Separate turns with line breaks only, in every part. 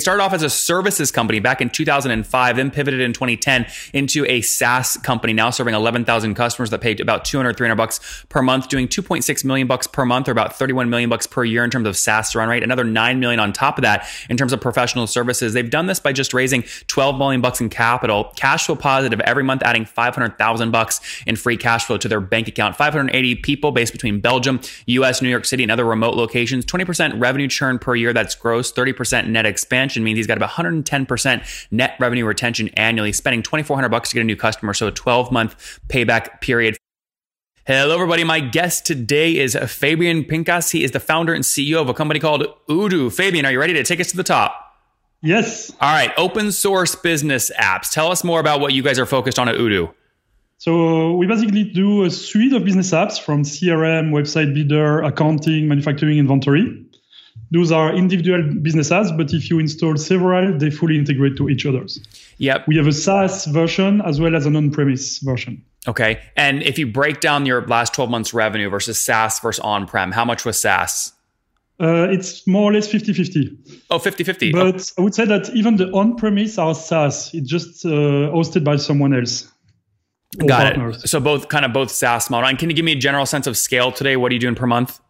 started off as a services company back in 2005, then pivoted in 2010 into a SaaS company, now serving 11,000 customers that paid about 200, 300 bucks per month, doing 2.6 million bucks per month or about 31 million bucks per year in terms of SaaS run rate. Another 9 million on top of that in terms of professional services. They've done this by just raising 12 million bucks in capital, cash flow positive every month, adding 500,000 bucks in free cash flow to their bank account. 580 people based between Belgium, US, New York City, and other remote locations. 20% revenue churn per year. That's gross. 30% net expansion means he's got about 110% net revenue retention annually, spending 2,400 bucks to get a new customer. So a 12 month payback period. Hello, everybody. My guest today is Fabian Pincas. He is the founder and CEO of a company called Udu. Fabian, are you ready to take us to the top?
Yes.
All right. Open source business apps. Tell us more about what you guys are focused on at Udu.
So we basically do a suite of business apps from CRM, website builder, accounting, manufacturing, inventory. Those are individual business apps, but if you install several, they fully integrate to each other's.
Yep.
We have a SaaS version as well as an on-premise version.
Okay. And if you break down your last 12 months revenue versus SaaS versus on-prem, how much was SaaS?
Uh, it's more or less 50 50.
Oh, 50 50.
But I would say that even the on premise are SaaS, it's just uh, hosted by someone else. or
Got
partners.
it. So both kind of both SaaS model. And can you give me a general sense of scale today? What are you doing per month?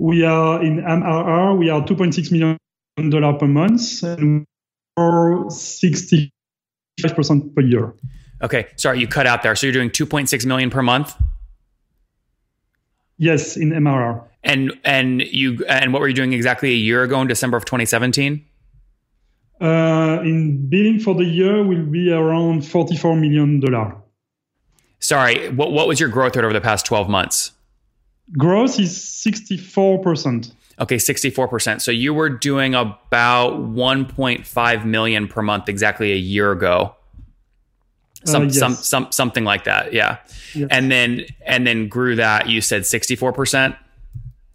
We are in MRR, we are $2.6 million per month and we're 65% per year.
Okay. Sorry, you cut out there. So you're doing 2.6 million per month,
Yes, in MRR.
and and you and what were you doing exactly a year ago in December of 2017?
Uh, in billing for the year will be around $44 million.
Sorry, what what was your growth rate over the past 12 months?
Growth is 64%.
Okay, 64%. So you were doing about 1.5 million per month exactly a year ago. Some,
Uh, yes.
some, some, something like that. Yeah.
Yes.
And then, and then grew that you said 64%.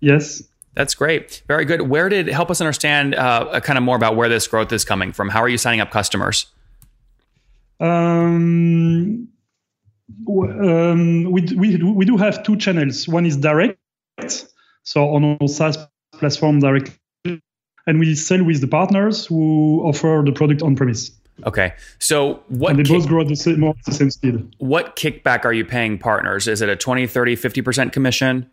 Yes.
That's great. Very good. Where did help us understand uh, uh, kind of more about where this growth is coming from? How are you signing up customers?
Um, w- um, we, d- we, do- we do have two channels. One is direct, so on our SaaS platform direct, and we sell with the partners who offer the product on premise.
Okay. So what,
And they
kick-
both grow at the same, more at the same speed.
what kickback are you paying partners? Is it a 20, 30, 50% commission?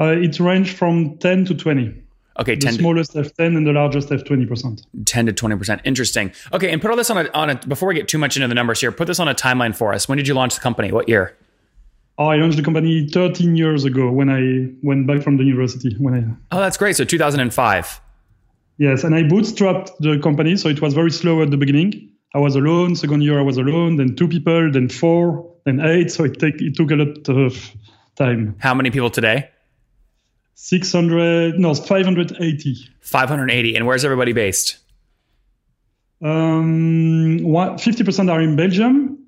Uh, it ranges from 10 to 20.
Okay.
The
10 to-
smallest F10 and the largest F20%.
10 to 20%. Interesting. Okay. And put all this on a, on a, before we get too much into the numbers here, put this on a timeline for us. When did you launch the company? What year?
I launched the company 13 years ago when I went back from the university. When I
Oh, that's great. So 2005.
yes, and I bootstrapped the company, so it was very slow at the beginning. I was alone. Second year, I was alone. Then two people. Then four. Then eight. So it take it took a lot of time.
How many people today?
600 no 580.
580. And where's everybody based?
Um, one- 50% are in Belgium.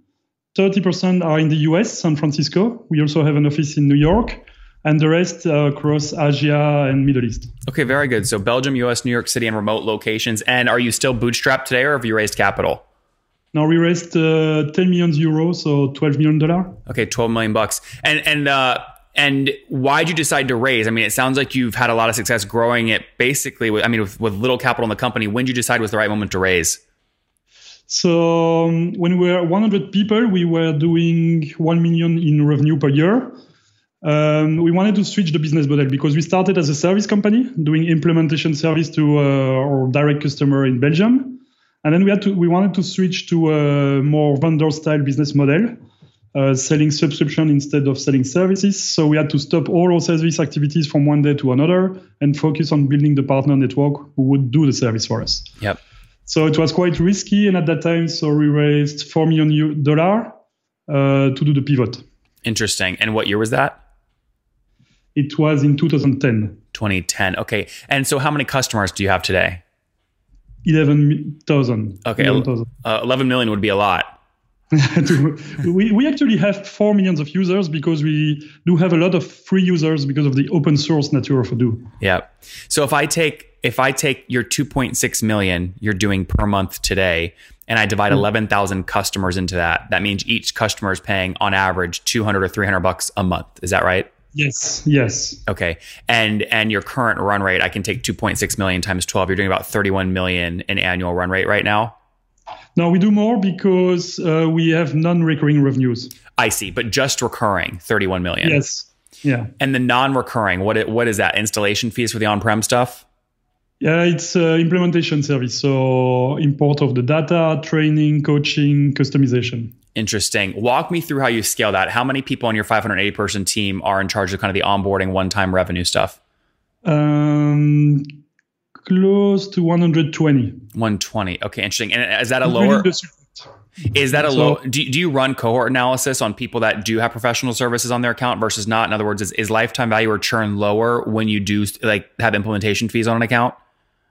30% are in the US, San Francisco. We also have an office in New York, and the rest uh, across Asia and Middle East.
Okay. Very good. So Belgium, US, New York City, and remote locations. And are you still bootstrapped today or have you raised capital?
Now we raised uh, 10 million euros, so 12 million dollars.
Okay. 12 million bucks. And, and, uh, and why'd you decide to raise? I mean, it sounds like you've had a lot of success growing it basically with, I mean, with, with little capital in the company. When did you decide was the right moment to raise?
So um, when we were 100 people, we were doing 1 million in revenue per year. Um, we wanted to switch the business model because we started as a service company doing implementation service to uh, our direct customer in Belgium, and then we had to we wanted to switch to a more vendor style business model, uh, selling subscription instead of selling services. So we had to stop all our service activities from one day to another and focus on building the partner network who would do the service for us.
Yep.
So it was quite risky, and at that time, so we raised four million eu- dollar uh, to do the pivot.
Interesting. And what year was that?
It was in 2010,
2010. Okay. And so how many customers do you have today?
11,000.
Okay.
11,000.
Uh, 11 million would be a lot.
we, we actually have four millions of users because we do have a lot of free users because of the open source nature of Odoo.
Yeah. So if I take if I take your 2.6 million you're doing per month today and I divide 11,000 customers into that, that means each customer is paying on average 200 or 300 bucks a month. Is that right?
Yes, yes.
Okay. And and your current run rate, I can take 2.6 million times 12. You're doing about 31 million in annual run rate right now.
No, we do more because uh, we have non-recurring revenues.
I see, but just recurring 31 million.
Yes. Yeah.
And the non-recurring, what it, what is that? Installation fees for the on-prem stuff?
Yeah, it's uh, implementation service. So import of the data, training, coaching, customization.
Interesting. Walk me through how you scale that. How many people on your 580 person team are in charge of kind of the onboarding one-time revenue stuff?
Um, close to 120.
120. Okay, interesting. And is that a lower? Is that a
So-
low? Do, do you run cohort analysis on people that do have professional services on their account versus not? In other words, is, is lifetime value or churn lower when you do like have implementation fees on an account?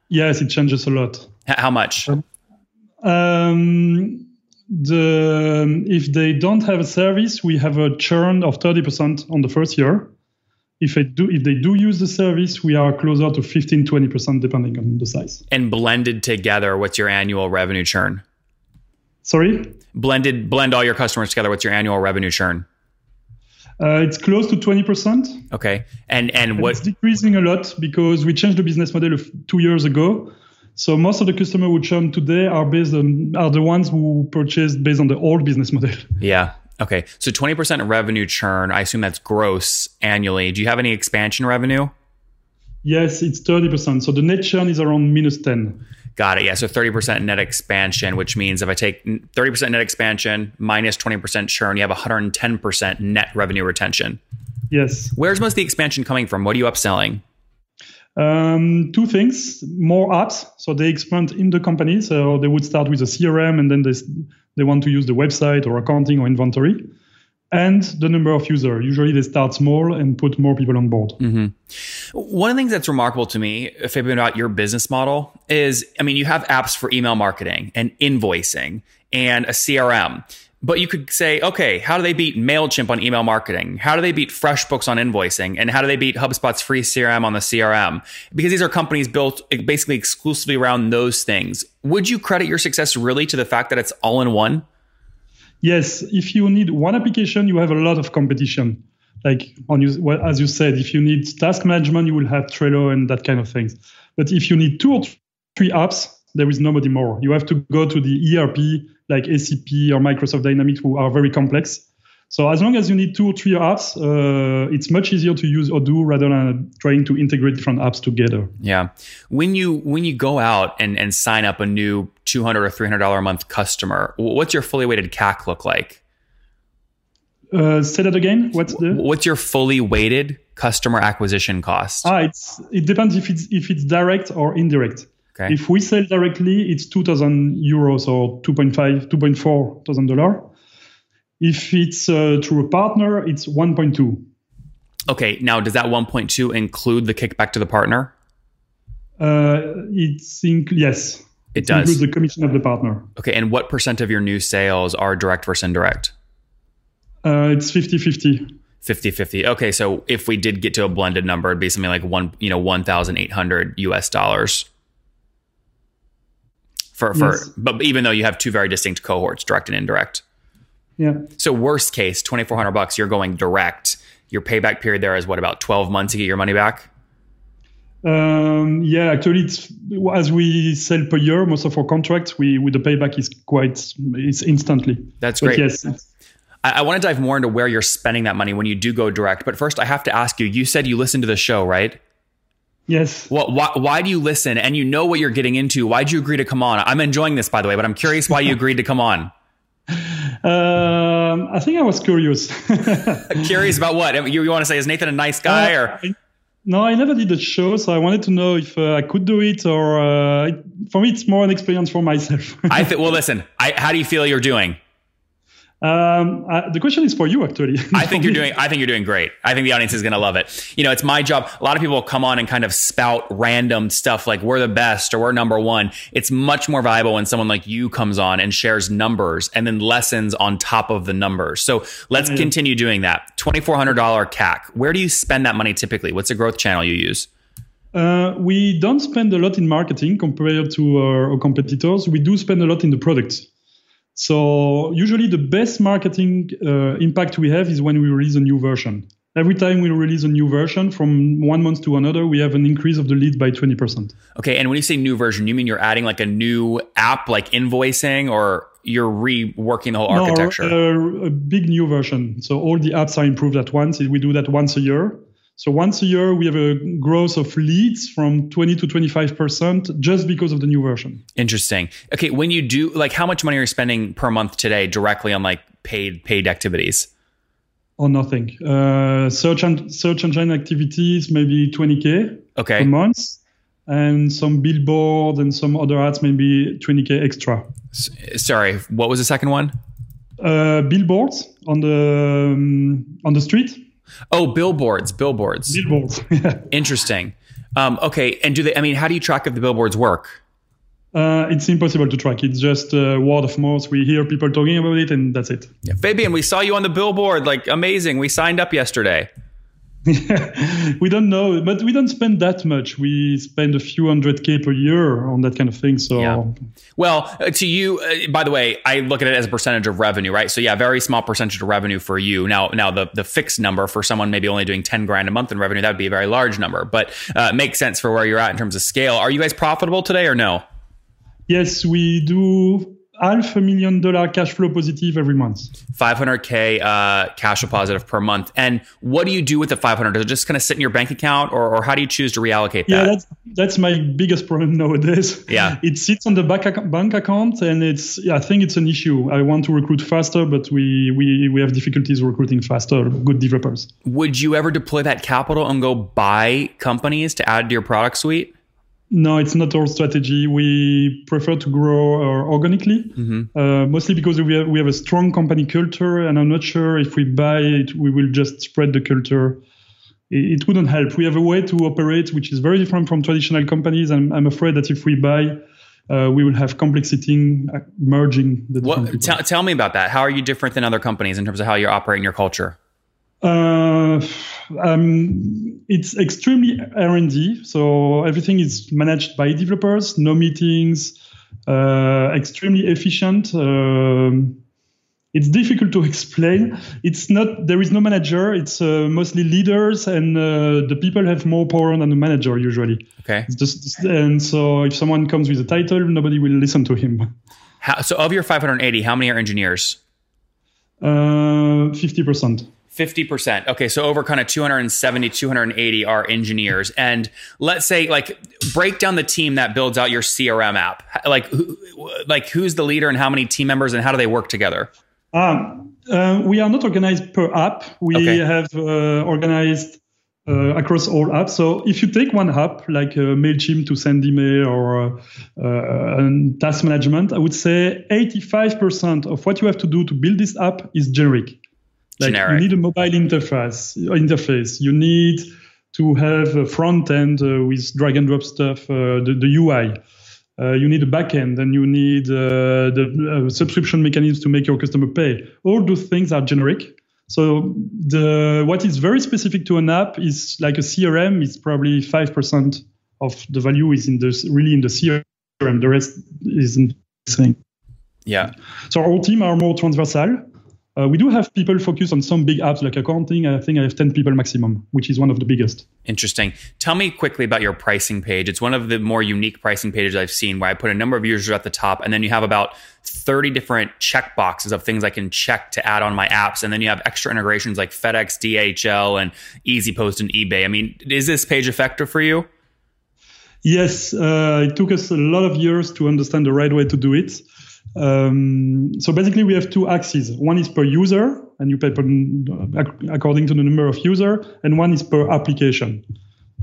Yes, it changes a lot.
H- how much?
Um, the if they don't have a service, we have a churn of 30% on the first year. If they do if they do use the service, we are closer to 15 20% depending on the size.
And blended together, what's your annual revenue churn?
Sorry,
Blended, blend all your customers together. What's your annual revenue churn?
uh, it's close to 20%.
Okay, and and
And
what
It's decreasing a lot because we changed the business model of two years ago. So most of the customer who churn today are based on are the ones who purchased based on the old business model.
Yeah. Okay. So 20% revenue churn, I assume that's gross annually. Do you have any expansion revenue?
Yes, it's 30%. So the net churn is around minus 10.
Got it. Yeah. So 30% net expansion, which means if I take n- 30% net expansion minus 20% churn, you have 110% net revenue retention.
Yes.
Where's most of the expansion coming from? What are you upselling?
Um, two things: more apps, so they expand in the company. So they would start with a CRM, and then they s- they want to use the website or accounting or inventory, and the number of users. Usually, they start small and put more people on board.
One of the things that's remarkable to me, Fabian, about your business model is I mean, you have apps for email marketing and invoicing and a CRM. But you could say, okay, how do they beat MailChimp on email marketing? How do they beat FreshBooks on invoicing? And how do they beat HubSpot's free CRM on the CRM? Because these are companies built basically exclusively around those things. Would you credit your success really to the fact that it's all in one?
Yes, if you need one application, you have a lot of competition. Like on you, well, as you said, if you need task management, you will have Trello and that kind of things. But if you need two or th- three apps, there is nobody more. You have to go to the ERP like ACP or Microsoft Dynamics, who are very complex. So as long as you need two or three apps, uh, it's much easier to use Odoo rather than trying to integrate different apps together.
Yeah. When you when you go out and, and sign up a new two hundred or three hundred dollar a month customer, wh- what's your fully weighted CAC look like?
Uh, say that again. What's the
What's your fully weighted customer acquisition cost?
Ah, it's it depends if it's if it's direct or indirect.
Okay.
If we sell directly, it's two thousand euros or 2.5, 2.4 thousand dollar. If it's uh, through a partner, it's one point two.
okay. Now, does that one point two include the kickback to the partner?
Uh, it's in, yes,
It
includes
does.
the commission of the partner.
Okay. And what percent of your new sales are direct versus indirect?
Uh, it's 50-50.
50-50. Okay. So if we did get to a blended number, it'd be something like one, you know, one thousand eight hundred US dollars. For for
Yes.
but even though you have two very distinct cohorts, direct and indirect.
Yeah,
So worst case, twenty four hundred bucks, you're going direct. Your payback period there is what about twelve months to get your money back?
um, yeah. Actually, it's as we sell per year, most of our contracts, we with the payback is quite it's instantly.
That's
But
great.
yes, it's-
I, I want to dive more into where you're spending that money when you do go direct. But first, I have to ask you. You said you listen to the show, right?
yes.
Well, why, why do you listen? And you know what you're getting into. Why'd you agree to come on? I'm enjoying this, by the way, but I'm curious why you agreed to come on.
Um, I think I was curious.
Curious about what? I mean, You, you want to say is Nathan a nice guy or?
no, I never did the show, so I wanted to know if uh, I could do it, or uh, it, for me, it's more an experience for myself.
I th- well, listen. I, how do you feel you're doing?
um, I, the question is for you, actually.
I think you're doing. I think you're doing great. I think the audience is going to love it. You know, it's my job. A lot of people will come on and kind of spout random stuff like we're the best or we're number one. It's much more valuable when someone like you comes on and shares numbers and then lessons on top of the numbers. So let's continue doing that. Twenty four hundred dollar CAC. Where do you spend that money typically? What's the growth channel you use?
Uh, we don't spend a lot in marketing compared to our, our competitors. We do spend a lot in the product. So usually, the best marketing uh, impact we have is when we release a new version. every time we release a new version from one month to another, we have an increase of the lead by 20%.
Okay. And when you say new version, you mean you're adding like a new app, like invoicing, or you're reworking the whole
No, uh,
architecture?
a, a big new version. So all the apps are improved at once. We do that once a year. So once a year, we have a growth of leads from 20 to 25% just because of the new version.
Interesting. Okay. When you do, like, how much money are you spending per month today directly on like paid paid activities?
Or nothing. Uh, search and search engine activities, maybe 20k
Okay.
per month, and some billboard and some other ads, maybe 20k extra.
S- sorry. What was the second one?
Uh, billboards on the um, on the street.
Oh, billboards. Billboards.
Billboards. yeah.
Interesting. Um, okay. And do they, I mean, how do you track if the billboards work?
Uh, it's impossible to track. It's just uh, word of mouth. We hear people talking about it, and that's it.
Yeah. Fabian, we saw you on the billboard. Like, amazing. We signed up yesterday.
we don't know, but we don't spend that much. We spend a few hundred k per year on that kind of thing. So
Yeah. Well, uh, to you, uh, by the way, I look at it as a percentage of revenue, right? So yeah, very small percentage of revenue for you. Now, now the the fixed number for someone maybe only doing ten grand a month in revenue, that would be a very large number, but uh, makes sense for where you're at in terms of scale. Are you guys profitable today or no?
yes, we do half a million dollar cash flow positive every month.
500k uh, cash flow positive per month. And what do you do with the 500? Does it just kind of sit in your bank account, or or how do you choose to reallocate that?
Yeah, that's that's my biggest problem nowadays.
Yeah.
it sits on the back ac- bank account, and it's yeah, I think it's an issue. I want to recruit faster, but we we we have difficulties recruiting faster good developers.
Would you ever deploy that capital and go buy companies to add to your product suite?
No, it's not our strategy. We prefer to grow uh, organically, uh, mostly because we have, we have a strong company culture, and I'm not sure if we buy it, we will just spread the culture. It, it wouldn't help. We have a way to operate which is very different from traditional companies, and I'm afraid that if we buy, uh, we will have complexity uh, merging the different
What
people.
tell tell me about that? How are you different than other companies in terms of how you operate in your culture?
Uh, um, it's extremely R&D, so everything is managed by developers. No meetings. Uh, extremely efficient. Um, it's difficult to explain. It's not. There is no manager. It's uh, mostly leaders, and uh, the people have more power than the manager usually.
Okay.
It's just, and so if someone comes with a title, nobody will listen to him.
How, so of your 580, how many are engineers?
Uh, Fifty percent.
50%. Okay, so over kind of 270, 280 are engineers. And let's say like break down the team that builds out your CRM app. Like who, like who's the leader and how many team members and how do they work together?
Um, uh, we are not organized per app. We
Okay.
have uh, organized uh, across all apps. So if you take one app like uh, Mailchimp to send email or uh, uh, and task management, I would say 85% of what you have to do to build this app is generic. Like
Generic.
you need a mobile interface. Interface. You need to have a front end uh, with drag and drop stuff, uh, the, the UI. Uh, you need a backend and you need uh, the uh, subscription mechanisms to make your customer pay. All those things are generic. So the what is very specific to an app is like a CRM. It's probably five percent of the value is in the really in the CRM. The rest is in thing.
Yeah.
So our team are more transversal. Uh, we do have people focused on some big apps like accounting. I think I have ten people maximum, which is one of the biggest.
Interesting. Tell me quickly about your pricing page. It's one of the more unique pricing pages I've seen where I put a number of users at the top and then you have about 30 different check boxes of things I can check to add on my apps. And then you have extra integrations like FedEx, DHL, and EasyPost and eBay. I mean, is this page effective for you?
Yes, uh, it took us a lot of years to understand the right way to do it. Um, so basically, we have two axes. One is per user, and you pay per, ac- according to the number of user, and one is per application.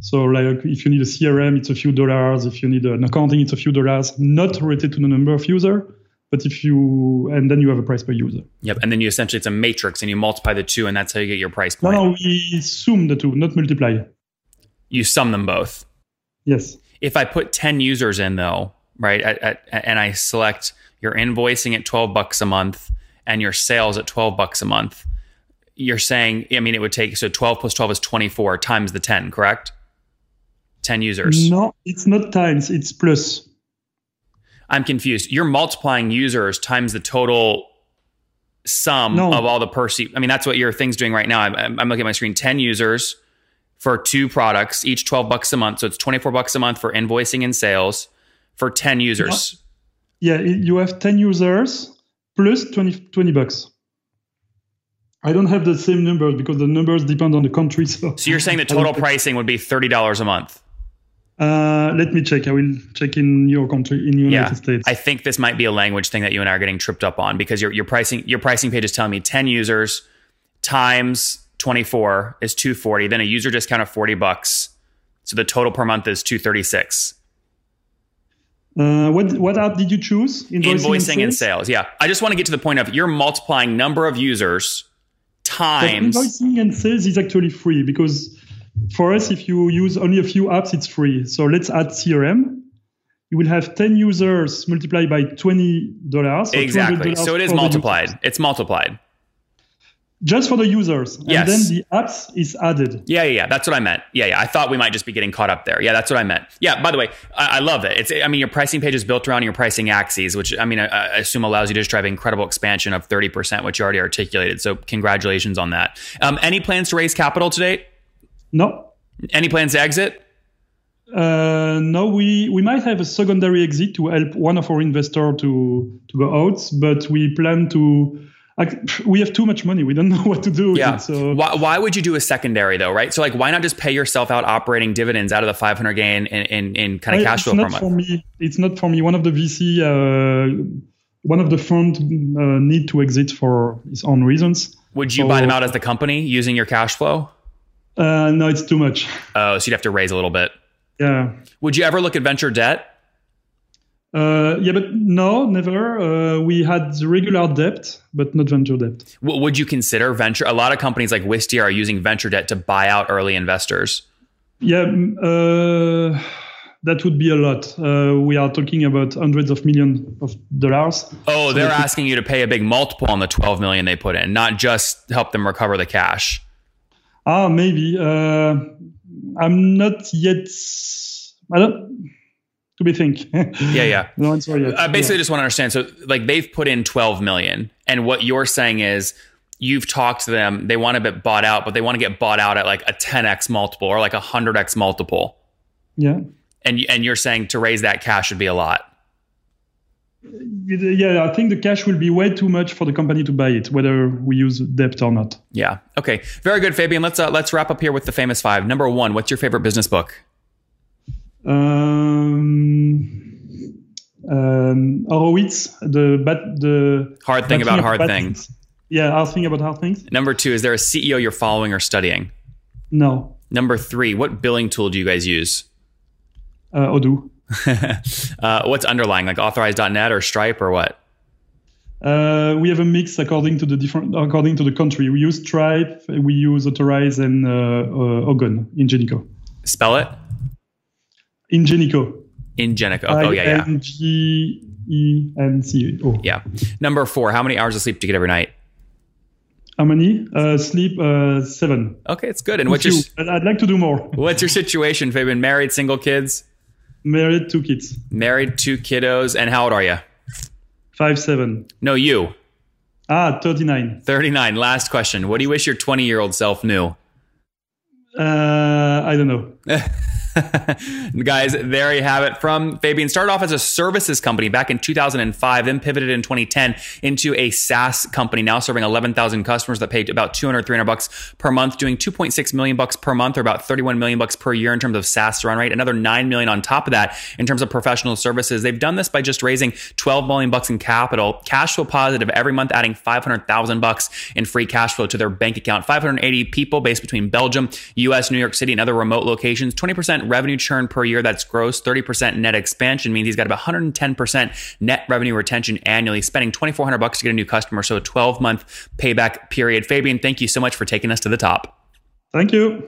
So like if you need a CRM, it's a few dollars. If you need an accounting, it's a few dollars, not related to the number of user, but if you and then you have a price per user.
Yep. And then you essentially, it's a matrix and you multiply the two and that's how you get your price
No,
point.
no, we sum the two, not multiply.
You sum them both.
Yes.
If I put 10 users in though, right, at, at, and I select your invoicing at 12 bucks a month and your sales at 12 bucks a month, you're saying, I mean, it would take, so 12 plus 12 is 24 times the 10, correct? 10 users.
No, it's not times. It's plus.
I'm confused. You're multiplying users times the total sum
No.
of all the per seat. I mean, that's what your thing's doing right now. I'm, I'm I'm looking at my screen, 10 users for two products, each 12 bucks a month. So it's 24 bucks a month for invoicing and sales for 10 users.
Yeah, i- you have 10 users plus 20, 20 bucks. I don't have the same numbers because the numbers depend on the country. So,
So you're saying the
I don't
total
think-
pricing would be $30 a month.
Uh, let me check. I will check in your country, in United
Yeah.
States.
I think this might be a language thing that you and I are getting tripped up on because your your pricing your pricing page is telling me 10 users times 24 is 240, then a user discount of 40 bucks. So the total per month is 236.
uh, what what app did you choose?
Invoicing and sales. Yeah. I just want to get to the point of you're multiplying number of users
But
times
invoicing and sales is actually free because for us, if you use only a few apps, it's free. So let's add CRM. You will have 10 users multiplied by $20. So
exactly.
$200
So it is
for the
multiplied. It's multiplied.
just for the users and
Yes.
then the apps is added
Yeah, yeah, yeah. That's what I meant. Yeah, yeah. I thought we might just be getting caught up there. Yeah, that's what I meant. Yeah. By the way, I, I love it. It's. I mean, your pricing page is built around your pricing axes, which I mean, I, I assume allows you to just drive incredible expansion of thirty percent, which you already articulated. So congratulations on that. Um, any plans to raise capital today?
no
Any plans to exit?
uh, no we we might have a secondary exit to help one of our investor to to go out but we plan to ac- we have too much money we don't know what to do with
Yeah.
it, so
why, why would you do a secondary though? Right. So like, why not just pay yourself out operating dividends out of the five hundred gain in, in, in kind
I-
of cash
it's
flow per
not for
month?
me it's not for me one of the vc uh, one of the fund uh, need to exit for its own reasons
Would you buy them
So-
out as the company using your cash flow?
uh, no it's too much
Oh, so you'd have to raise a little bit.
yeah
Would you ever look at venture debt?
Uh, yeah, but no, never. Uh, we had regular debt, but not venture debt.
W- would you consider venture? A lot of companies like Wistia are using venture debt to buy out early investors.
Yeah, mm, uh, that would be a lot. Uh, we are talking about hundreds of millions of dollars.
Oh,
So
they're
they could-
asking you to pay a big multiple on the 12 million they put in, not just help them recover the cash.
Ah, maybe. Uh, I'm not yet. I don't. To be think.
Yeah, yeah.
no answer yet.
I basically just want to understand. So, like, they've put in 12 million, and what you're saying is you've talked to them. They want to get bought out, but they want to get bought out at like a 10x multiple or like a 100x multiple.
yeah.
And and you're saying to raise that cash would be a lot.
Yeah. Yeah, I think the cash will be way too much for the company to buy it, whether we use debt or not.
Yeah. Okay. Very good, Fabian. Let's uh, let's wrap up here with the famous five. Number one, what's your favorite business book?
Um, um, Horowitz, the but the
Hard thing
bad
about hard
bad
things.
Yeah, hard thing about hard things.
Number two, is there a CEO you're following or studying?
No,
Number three, what billing tool do you guys use?
uh, Odoo.
uh, what's underlying, like authorize.net or Stripe or what?
Uh, we have a mix according to the different according to the country. We use Stripe, we use Authorize and uh, uh, Ogon in Genico.
Spell it?
In Genico.
Ingenico.
Uh,
Oh, yeah, yeah.
I N G E N C O.
Yeah. Number four, how many hours of sleep do you get every night?
How many? Uh, sleep uh, seven.
Okay, it's good. And what's your
Few. I'd I'd like to do more.
what's your situation, Fabian? Married, single kids?
Married, two kids,
Married, two kiddos, and how old are you?
five seven.
No, you.
Ah, thirty nine.
39. Last question. What do you wish your 20 year old self knew?
Uh, I don't know.
Guys, there you have it from Fabian. Started off as a services company back in 2005, then pivoted in 2010 into a SaaS company, now serving 11,000 customers that paid about 200, 300 bucks per month, doing 2.6 million bucks per month or about 31 million bucks per year in terms of SaaS run rate. Another 9 million on top of that in terms of professional services. They've done this by just raising 12 million bucks in capital, cash flow positive every month, adding 500,000 bucks in free cash flow to their bank account. 580 people based between Belgium, US, New York City, and other remote locations. 20% revenue churn per year. That's gross. 30% net expansion means he's got about 110% net revenue retention annually, spending 2,400 bucks to get a new customer. So a 12 month payback period. Fabian, thank you so much for taking us to the top.
Thank you.